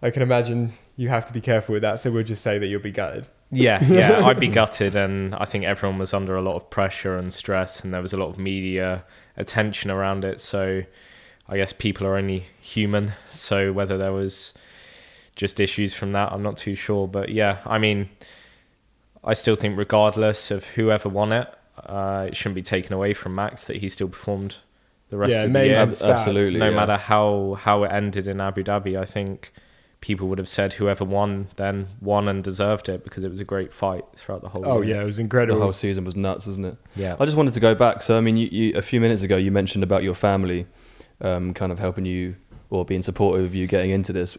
I can imagine you have to be careful with that. So we'll just say that you'll be gutted. yeah, yeah, I'd be gutted, and I think everyone was under a lot of pressure and stress, and there was a lot of media attention around it. So I guess people are only human. So whether there was just issues from that, I'm not too sure. But yeah, I mean, I still think regardless of whoever won it, uh, it shouldn't be taken away from Max that he still performed the rest Yeah, of the amazing. year And Ab- stats. absolutely. no yeah. matter how how it ended in Abu Dhabi, I think people would have said whoever won then won and deserved it because it was a great fight throughout the whole. Oh game. yeah, it was The incredible. whole season was nuts, wasn't it? yeah, I just wanted to go back. So, I mean, you, you, a few minutes ago, you mentioned about your family um, kind Uh, of helping you or being supportive of you getting into this.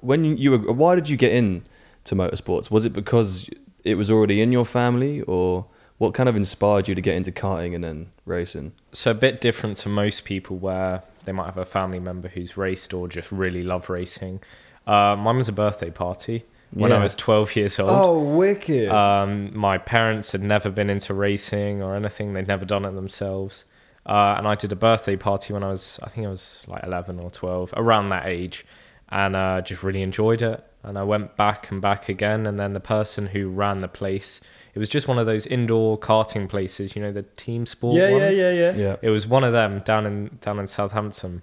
When you, you were, why did you get in to motorsports? Was it because it was already in your family, or what kind of inspired you to get into karting and then racing? so a bit different to most people where they might have a family member who's raced or just really love racing. Uh, mine was a birthday party when Yeah. I was 12 years old. Oh, wicked. Um, my parents had never been into racing or anything; they'd never done it themselves. Uh, and I did a birthday party when I was, I think I was like 11 or 12, around that age, and uh, just really enjoyed it. And I went back and back again. And then the person who ran the place, it was just one of those indoor karting places, you know, the team sport yeah, ones. yeah, yeah, yeah, Yeah, It was one of them down in down in Southampton,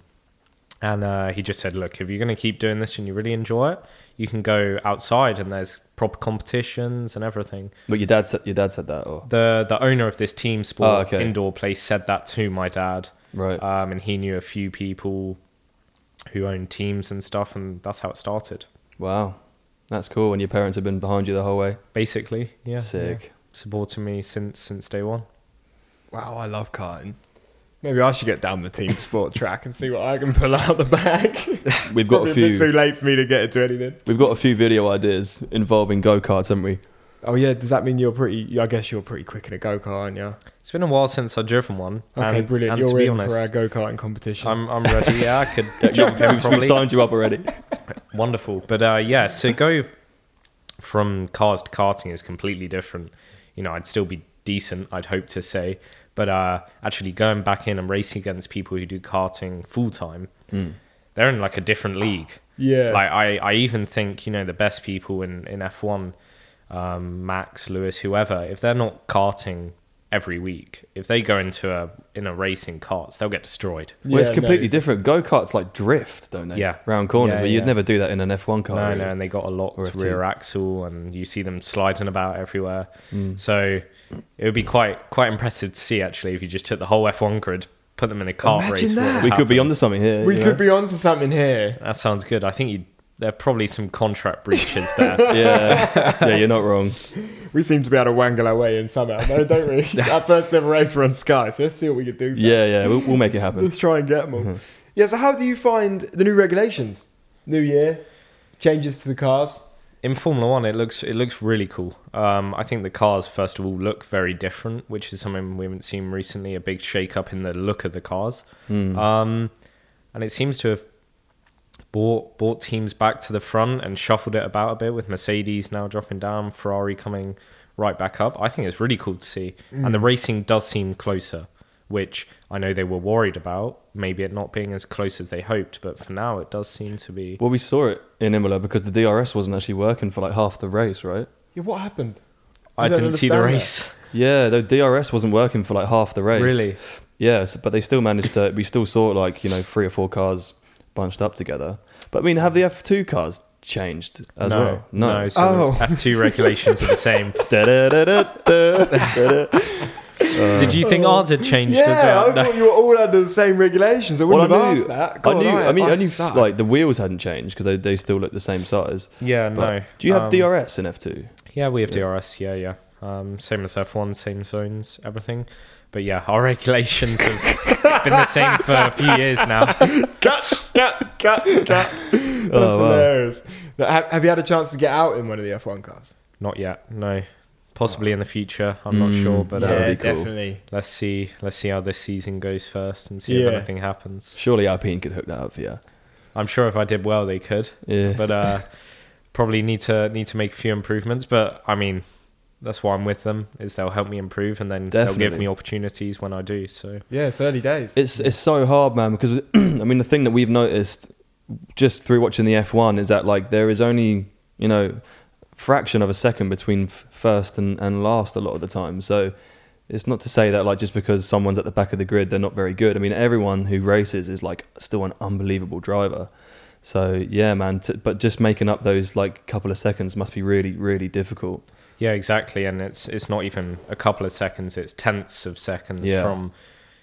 and uh, he just said, "Look, if you're going to keep doing this and you really enjoy it, you can go outside and there's proper competitions and everything." but your dad said your dad said that, or The the owner of this team sport Oh, okay. indoor place said that to my dad, right? um, and he knew a few people who owned teams and stuff, and that's how it started. wow, that's cool. And your parents have been behind you the whole way. Basically, yeah, Sick. supporting me since since day one. Wow, I love karting. Maybe I should get down the team sport track and see what I can pull out the bag. We've got a Probably bit few. too late for me to get into anything. We've got a few video ideas involving go karts, haven't we? Oh yeah, does that mean you're pretty? I guess you're pretty quick in a go kart, aren't you? It's been a while since I've driven one. Okay, and, brilliant. And to you're be in honest, for our go karting competition. I'm I'm ready. Yeah, I could jump in We've, we've probably. signed you up already. Wonderful. But uh, yeah, to go from cars to karting is completely different. You know, I'd still be decent, I'd hope to say. But uh, actually going back in and racing against people who do karting full time, they're in like a different league. yeah, Like I, I even think, you know, the best people in, in F1, um, Max, Lewis, whoever, if they're not karting every week, if they go into a in a race in karts, they'll get destroyed. Well, it's Yeah, completely no. different. Go karts like drift, don't they? Yeah. round corners, Yeah, but you'd yeah. never do that in an F1 car. No, really. no, and they got a Or a locked two. rear axle, and you see them sliding about everywhere. So it would be quite quite impressive to see actually if you just took the whole F1 grid, put them in a kart Imagine race. what that. would We could be happen. onto something here. we you could know? be onto something here. That sounds good. I think you, there are probably some contract breaches there. Yeah, yeah, you're not wrong. We seem to be able to wangle our way in somehow, no, don't we? our first ever race were on Sky, so let's see what we can do. Yeah, yeah, we'll, we'll make it happen. let's try and get them all. yeah. So how do you find the new regulations? New year, changes to the cars. In Formula One, it looks it looks really cool. Um, I think the cars first of all look very different, which is something we haven't seen recently. A big shake up in the look of the cars. Hmm. Um, and it seems to have bought bought teams back to the front and shuffled it about a bit with Mercedes now dropping down, Ferrari coming right back up. I think it's really cool to see, and the Hmm. racing does seem closer, which I know they were worried about, maybe it not being as close as they hoped, but for now it does seem to be. Well, we saw it in Imola because the DRS wasn't actually working for like half the race, right? Yeah, what happened? I, I don't didn't see the understand that. race. Yeah, the DRS wasn't working for like half the race. Really? Yes, but they still managed to. We still saw like you know three or four cars bunched up together. But I mean, have the F2 cars changed as no, well? no. so Oh. F two regulations are the same. Da-da-da-da-da, da-da. Did you think ours had changed Oh. Yeah, as well? I thought you were all under the same regulations. I Well, wouldn't I have knew. asked that. I God, knew. I, mean, I, knew. suck. Like the wheels hadn't changed because they, they still look the same size. Yeah, But no. Do you have Um, DRS in F2? Yeah, we have DRS. Yeah, yeah. Um, same as F1, same zones, everything. But yeah, our regulations have been the same for a few years now. cut, cut, cut, cut. That's wow. hilarious. Now, Have, have you had a chance to get out in one of the F1 cars? Not yet. No. Possibly in the future. I'm not sure, but Yeah. uh, would be cool. let's see. Let's see how this season goes first, and see Yeah. if anything happens. Surely Alpine could hook that up for you. I'm sure if I did well, they could. Yeah. But uh, probably need to need to make a few improvements. But I mean, that's why I'm with them is they'll help me improve, and then they'll Definitely. give me opportunities when I do. So Yeah, it's early days. It's it's so hard, man. Because I mean, the thing that we've noticed just through watching the F1 is that like there is only you know fraction of a second between f- first and, and last a lot of the time. So it's not to say that like just because someone's at the back of the grid they're not very good. I mean, everyone who races is like still an unbelievable driver. So yeah, man. T- but just making up those like couple of seconds must be really really difficult. Yeah, exactly, and it's it's not even a couple of seconds; it's tenths of seconds Yeah. from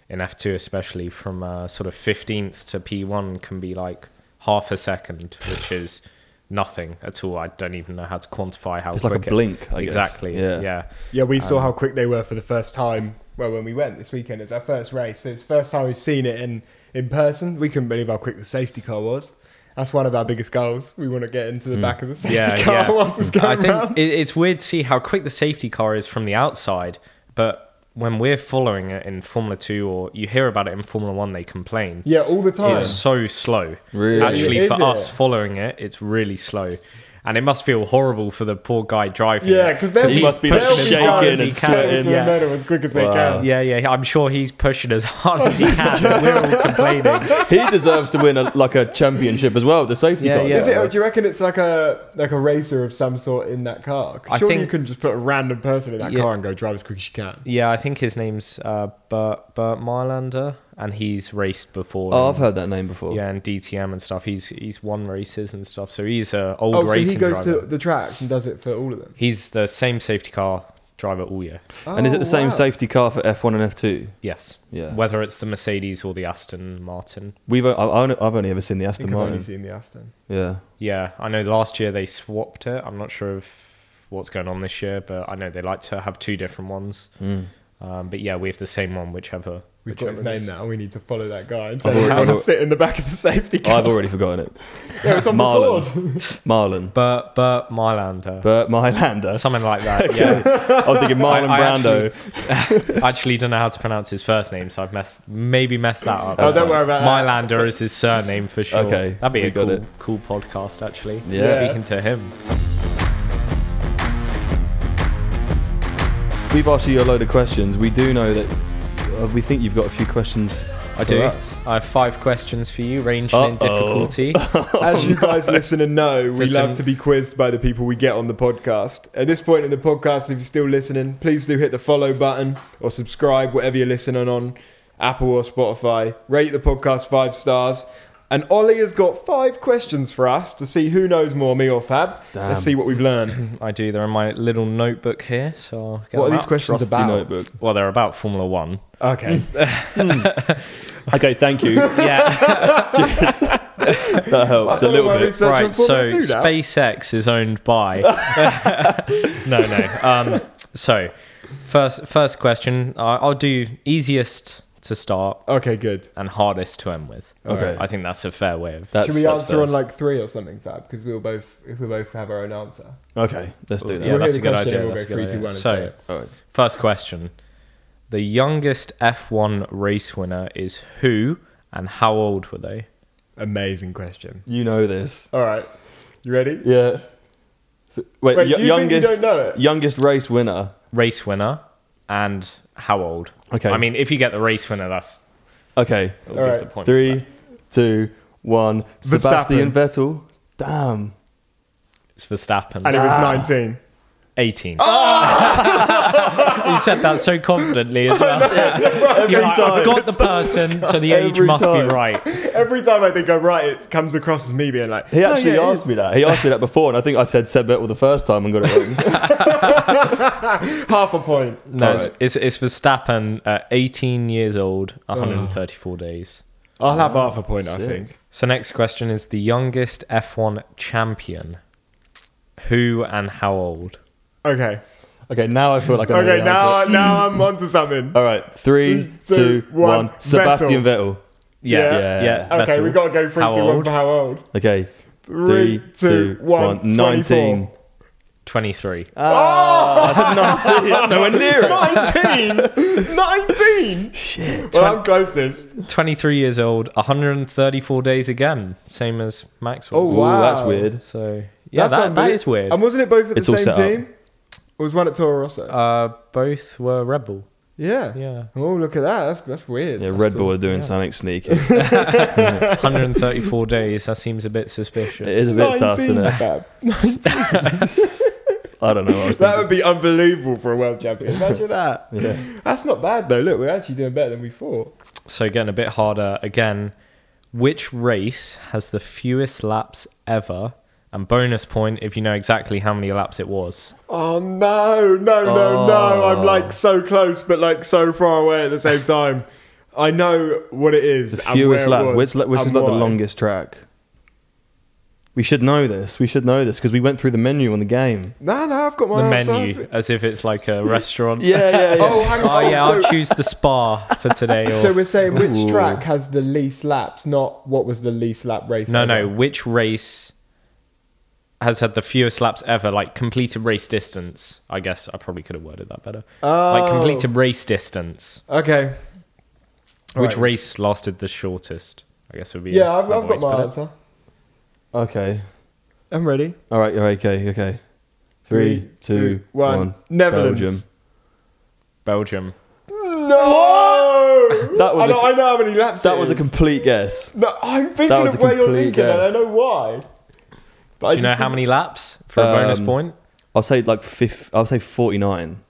in F two, especially from uh, sort of fifteenth to P one can be like half a second, which is nothing at all. I don't even know how to quantify how It's like quick a it- blink. I guess. exactly. Yeah. Yeah. yeah, Yeah, we saw how quick they were for the first time. Well, when we went this weekend, it was our first race. So it's the first time we've seen it in, in person. We couldn't believe how quick the safety car was. That's one of our biggest goals. We want to get into the back of the safety Hmm. yeah, car yeah. whilst it's going I round. think it, it's weird to see how quick the safety car is from the outside, but when we're following it in Formula Two or you hear about it in Formula One, they complain. Yeah, all the time. It's so slow. Really? Actually, Is for it? us following it, it's really slow. And it must feel horrible for the poor guy driving. Yeah, it. because they'll He be, must be, they'll like, be shaking guys and who can sweating. get to Yeah. the medal as quick as they Wow. can. Yeah, yeah. I'm sure he's pushing as hard as he can. and we're all complaining. He deserves to win a, like a championship as well. The safety Yeah, car. yeah. Is it, or do you reckon it's like a like a racer of some sort in that car? 'Cause I Surely think- you can just put a random person in that Yeah. car and go drive as quick as you can. Yeah, I think his name's uh, Bert Bert Mylander, and he's raced before. Oh, and- I've heard that name before. yeah, and DTM and stuff. He's he's won races and stuff, so he's a old Oh, so racing he goes driver. to the tracks and does it for all of them. He's the same safety car driver all year. And is it the Oh, same wow. safety car for F1 and F2? Yes. Yeah. Whether it's the Mercedes or the Aston Martin. We've I- I- I've only ever seen the I Aston think I've only Martin. seen the Aston. Yeah. Yeah, I know last year they swapped it. I'm not sure if what's going on this year, but I know they like to have two different ones. Hmm. Mm. Um, but yeah, we have the same one, whichever. We've got his whichever it name is. now. We need to follow that guy and I've tell him already- to sit in the back of the safety car. I've already forgotten it. yeah, it's on Marlon. the board. Marlon. Bert Bert Mylander. Bert Mylander. Something like that. Yeah. I'm thinking Marlon I- I Brando. Actually, I actually don't know how to pronounce his first name, so I've messed maybe messed that up. Oh, don't worry about that. Mylander is his surname for sure. Okay, that'd be we a got cool, it. cool podcast actually. Yeah. Speaking to him. We've asked you a load of questions. We do know that uh, we think you've got a few questions. I do. I have five questions for you, ranging in Uh-oh. difficulty. As Oh, you guys listen and know, we For love some- to be quizzed by the people we get on the podcast. At this point in the podcast, if you're still listening, please do hit the follow button or subscribe, whatever you're listening on, Apple or Spotify. Rate the podcast five stars. And Ollie has got five questions for us to see who knows more, me or Fab. Damn. Let's see what we've learned. I do. They're in my little notebook here, so I'll get What are them these out. questions Trusty about? notebook. Well, they're about Formula One. Okay. Okay, thank you. Yeah. That helps a don't know little why we bit. said- Search on right. So Formula 2 now. SpaceX is owned by. no, no. Um, so, first, first question. I I'll do easiest to start. okay, good. and hardest to end with. Okay. I think that's a fair way of. That's, Should we that's answer fair. on like three or something, Fab? Because we'll both, if we both have our own answer. Okay, let's do that. yeah, we'll that's hear a the good question idea. and we'll that's go a three, good two, idea. one and say so, it. All right. first question: the youngest F1 race winner is who, and how old were they? Amazing question. You know this. All right. You ready? Yeah. Th- Wait, Wait, y- do you think you youngest don't know it? youngest race winner. Race winner and how old? Okay. I mean, if you get the race winner, that's Okay. it'll All give right. the point. for Three, that. two, one. Sebastian Verstappen. Vettel. Damn. It's Verstappen. And it was 19. 18. Oh! you said that so confidently as well. You're like, time. I've got the person, so the age Every must time. be right. Every time I think I'm right, it comes across as me being like, He "No, actually yeah, it asked me that. He asked me that before, and I think I said Seb Vettel the first time and got it wrong. is half a point. No, All it's, right. it's, it's Verstappen at 18 years old, 134 days. I'll have half a point, I sick. think. So, next question is the youngest F1 champion. Who and how old? Okay. Okay, now I feel like I know Okay, the now, answer. now I'm onto something. All right, three, Three, two, two, one. one. Sebastian Vettel. Yeah. yeah. Okay, Vettel. we got to go three, How two, one old? for how old? Okay, Three, two, one. 19. 24. 23. I said 19. Nowhere near it. 19! 19! Shit. Well, I'm closest. 23 years old, 134 days again, same as Maxwell. Oh, Ooh, Wow. that's weird. So, yeah, that, that unbelie- is weird. And wasn't it both at It's the all same set up. team? Or was one at Toro Rosso? Uh, both were Red Bull. yeah. Yeah. Oh, look at that. That's, that's weird. Yeah, Red Bull cool. are doing Yeah. something sneaky. It 134 days. That seems a bit suspicious. is a bit sus, isn't it? Fab. I don't know. What I was That thinking. would be unbelievable for a world champion. Imagine that. That's not bad though. Look, we're actually doing better than we thought. So getting a bit harder again. Which race has the fewest laps ever? And bonus point if you know exactly how many laps it was. Oh no, no, no, no! I'm like so close, but like so far away at the same time. I know what it is. The and fewest where it lap, which, was la- which is and like the why. longest track. We should know this. We should know this because we went through the menu on the game. No, no, Oh, I've got my The answer. menu, as if it's like a restaurant. yeah, Oh, hang Oh on. yeah, so, I'll choose the spa for today. Or... so we're saying which Ooh. track has the least laps, not what was the least lap race. No, no. ever. Which race has had the fewest laps ever? Like completed race distance. I guess I probably could have worded that better. Like Oh. completed race distance. Okay. Which Right. race lasted the shortest? I guess would be. Yeah, I've, another I've way got to put my it. answer. Okay. I'm ready. All right. all right, Okay. Okay. Three, two, one. Netherlands. Belgium. Belgium. No. That was I, know, a- I know how many laps. That it was a is. complete guess. No, I'm thinking That was of a where you're complete thinking, and I guess. know why. But Do you know just how didn't- many laps for a bonus Um, point? I'll say like fifth. I'll say forty-nine.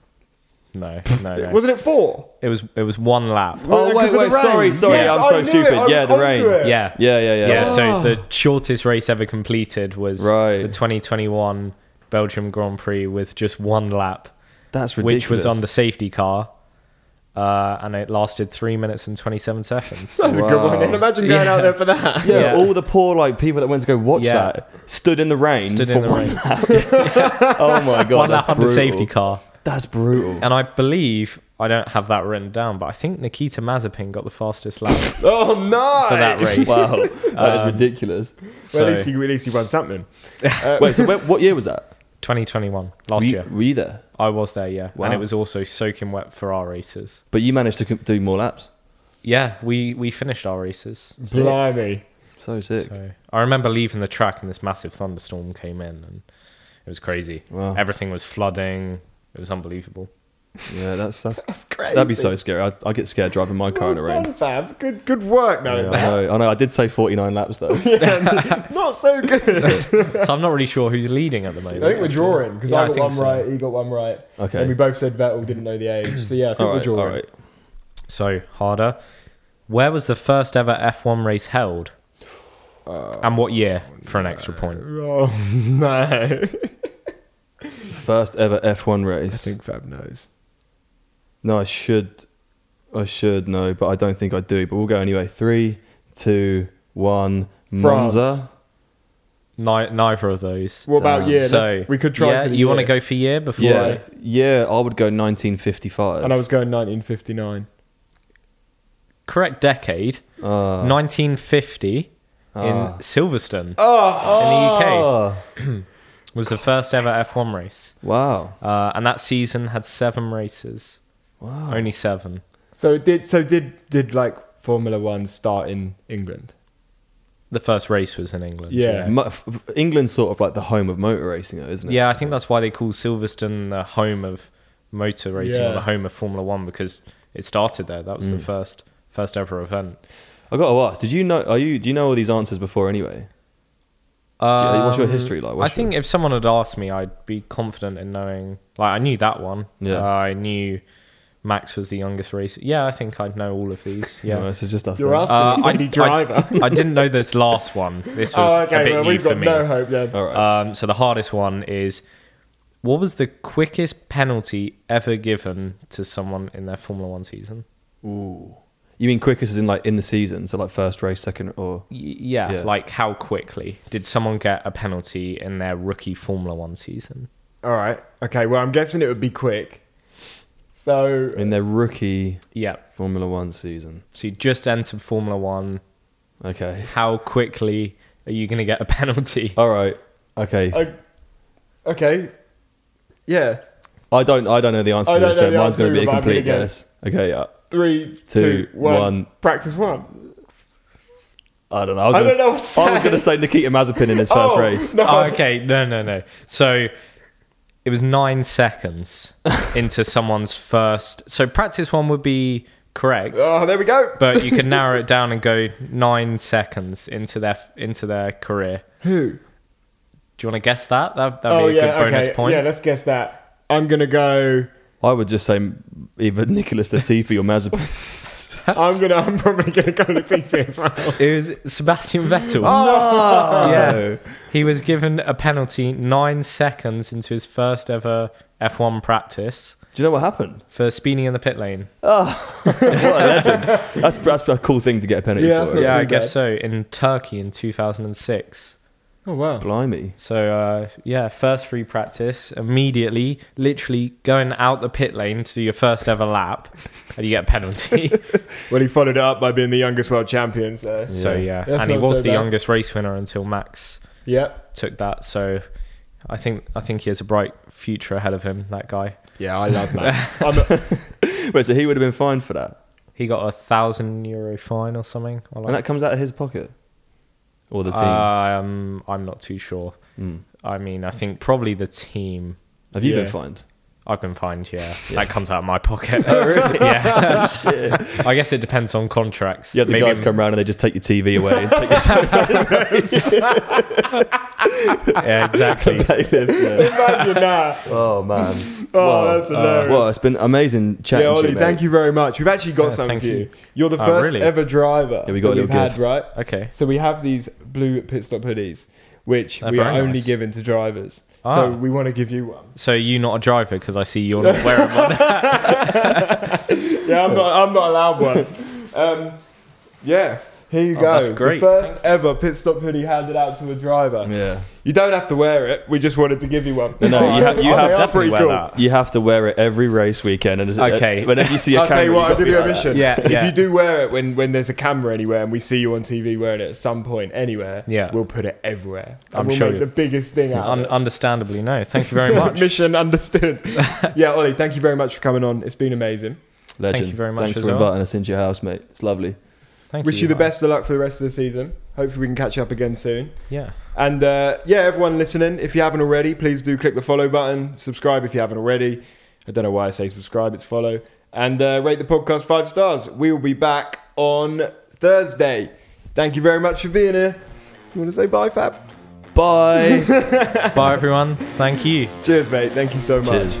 No, no, no. Wasn't it four? It was it was one lap. Oh, Yeah, wait, 'cause of the wait, rain. sorry, sorry, Yes, I'm I so knew it, stupid. I Yeah, was the onto rain. it. Yeah. Yeah, yeah, yeah. Yeah, Ah. so the shortest race ever completed was Right. the 2021 Belgium Grand Prix with just one lap, That's ridiculous. which was on the safety car, uh, and it lasted three minutes and 27 seconds. That was a good one. Wow. And imagine going Yeah. out there for that. Yeah, Yeah. all the poor like people that went to go watch Yeah. that stood in the rain. Stood for in the one rain. lap. oh my god, one that's lap on the brutal. safety car, That's brutal. and I believe I don't have that written down, but I think Nikita Mazepin got the fastest lap. Oh no! For that race. wow, that is Um, ridiculous. Well, at so least he at least he won something. Wait, so where, what year was that? 2021 last were, you, year, were you there? I was there, yeah, Wow. and it was also soaking wet for our races. But you managed to com- do more laps. Yeah, we we finished our races. Blimey! So sick. So I remember leaving the track and this massive thunderstorm came in and it was crazy. Wow. Everything was flooding. It was unbelievable. Yeah, that's that's, That's crazy. that'd be so scary. I, I get scared driving my car Well in the rain. done, Fab. Good, good work. Yeah, I No, know. I know. I did say forty-nine laps though. not so good. I so I'm not really sure who's leading at the moment. think we're drawing because Yeah, I I got think one so. right. He got one right. Okay. And we both said Vettel didn't know the age. So yeah, I all think we're right, all drawing. right. So harder. Where was the first ever F1 race held? Uh, and what year for an extra point? Oh no! First ever F1 race. Fab knows. No, I should. I should know, but I don't think I do. But we'll go anyway. Three, two, one. France. Monza. Ni- neither of those. What about Damn. yeah? so we could try. Yeah, for the you want to year. go for year before? Yeah, I- yeah. I would go 1955. And I was going 1959. Correct decade. Uh. Ah. 1950 Ah. in Silverstone Oh, in the UK Ah, was the first ever F1 race. wow. Uh, and that season had seven races. Wow. Only seven. so it did so did did like Formula One start in England? The first race was in England. Yeah. Yeah, Mu- f- f- England's sort of like the home of motor racing, though, isn't it? Yeah, I think that's why they call Silverstone the home of motor racing Yeah. or the home of Formula One because it started there. That was the first first ever event. I got to ask. Did you know? Are you? Do you know all these answers before anyway? you- what's your Um, history like? What's I think if someone had asked me, I'd be confident in knowing. Like, I knew that one. Yeah. Uh, I knew Max was the youngest racer. Yeah, I think I'd know all of these. Yeah. No, this is just us. You're then. asking Uh, any driver. I didn't know this last one. This was oh, okay. a bit Well, new we've for got me. no hope then. All right. Um, so the hardest one is what was the quickest penalty ever given to someone in their Formula One season? Ooh. You mean quickest as in like in the season, so like first race, second, or Y- yeah, Yeah. like how quickly did someone get a penalty in their rookie Formula One season? All right. Okay. Well, I'm guessing it would be quick. So in their rookie Yeah, Formula One season? so you just entered Formula One. Okay. How quickly are you going to get a penalty? All right. Okay. I, uh, okay. Yeah. I don't. I don't know the answer I to don't this. know So the mine's answer, going to be a but I'm gonna complete guess. guess. Okay. Yeah. Three, Two, two, one. one. Practice one. I don't know. I was I gonna, don't know what to I was say. going to say Nikita Mazepin in his first Oh, race. No. Oh, okay, no, no, no. So it was nine seconds into someone's first. So practice one would be correct. Oh, there we go. but you can narrow it down and go nine seconds into their into their career. Who? Do you want to guess that? That that'd Oh be yeah. a good bonus Okay. point. Yeah. Let's guess that. I'm gonna go. I would just say either Nicholas Latifi or Mazepin. I'm gonna. I'm probably gonna go Latifi as well. It was Sebastian Vettel. Oh. no. He was given a penalty nine seconds into his first ever F1 practice Do you know what happened? for speeding in the pit lane. what a legend. That's, that's a cool thing to get a penalty Yeah, for. that's yeah, too I guess bad. so. In Turkey in 2006. Oh wow. Blimey. So uh, yeah, first free practice immediately, literally going out the pit lane to do your first ever lap, and you get a penalty. Well, he followed it up by being the youngest world champion. So So yeah, That's and he not was so the bad. youngest race winner until Max yep. took that. So I think I think he has a bright future ahead of him. That guy. Yeah, I love that. I'm Wait, so he would have been fined for that, He got a thousand euro fine or something. Or and that comes out of his pocket or Uh, the team. Um, I'm not too sure. Mm. I mean, I think probably the team. Have you yeah. been fined? I've been fined. Yeah, that comes out of my pocket. yeah, Oh, Yeah. Shit. I guess it depends on contracts. Yeah, the Maybe- guys come round and they just take your TV away and take your cell Yeah, exactly. bailiffs. Yeah. Imagine that. Oh man. Oh, Wow. that's hilarious. Well, it's been amazing chatting yeah, to Ollie, you, mate. thank you very much. We've actually got Yeah, something thank for you. you. you. are the Oh, first really? ever driver Yeah, we got that a we've little had, gift. right? Okay. So we have these blue pit stop hoodies, which They're we are very only nice. given to drivers. Ah. So we want to give you one. So you're not a driver because I see you're not wearing one. Yeah, I'm not. I'm not allowed one. Um, yeah, here you Oh, go. that's great. The first ever pit stop hoodie handed out to a driver. Yeah. You don't have to wear it. We just wanted to give you one. No, you ha- you Oh, have they are definitely pretty wear cool. that. You have to wear it every race weekend. And uh, Okay. Whenever you see a I'll camera, tell you what, I'll gotta give be you a like mission. Yeah, yeah. If you do wear it when, when there's a camera anywhere and we see you on TV wearing it at some point anywhere, Yeah. we'll put it everywhere. And I'm we'll sure make you- the biggest thing out Un- of it. understandably, no. Thank you very much. Mission understood. yeah, Ollie, thank you very much for coming on. It's been amazing. that. Legend. you very much Thanks as for well. inviting us into your house, mate. It's lovely. Thank Wish you, you the best of luck for the rest of the season. Hopefully, we can catch up again soon. Yeah. And uh, yeah, everyone listening, if you haven't already, please do click the follow button. Subscribe if you haven't already. I don't know why I say subscribe, it's follow. And uh, rate the podcast five stars. We will be back on Thursday. Thank you very much for being here. You want to say bye, Fab? Bye. Bye, everyone. Thank you. Cheers, mate. Thank you so much. Cheers.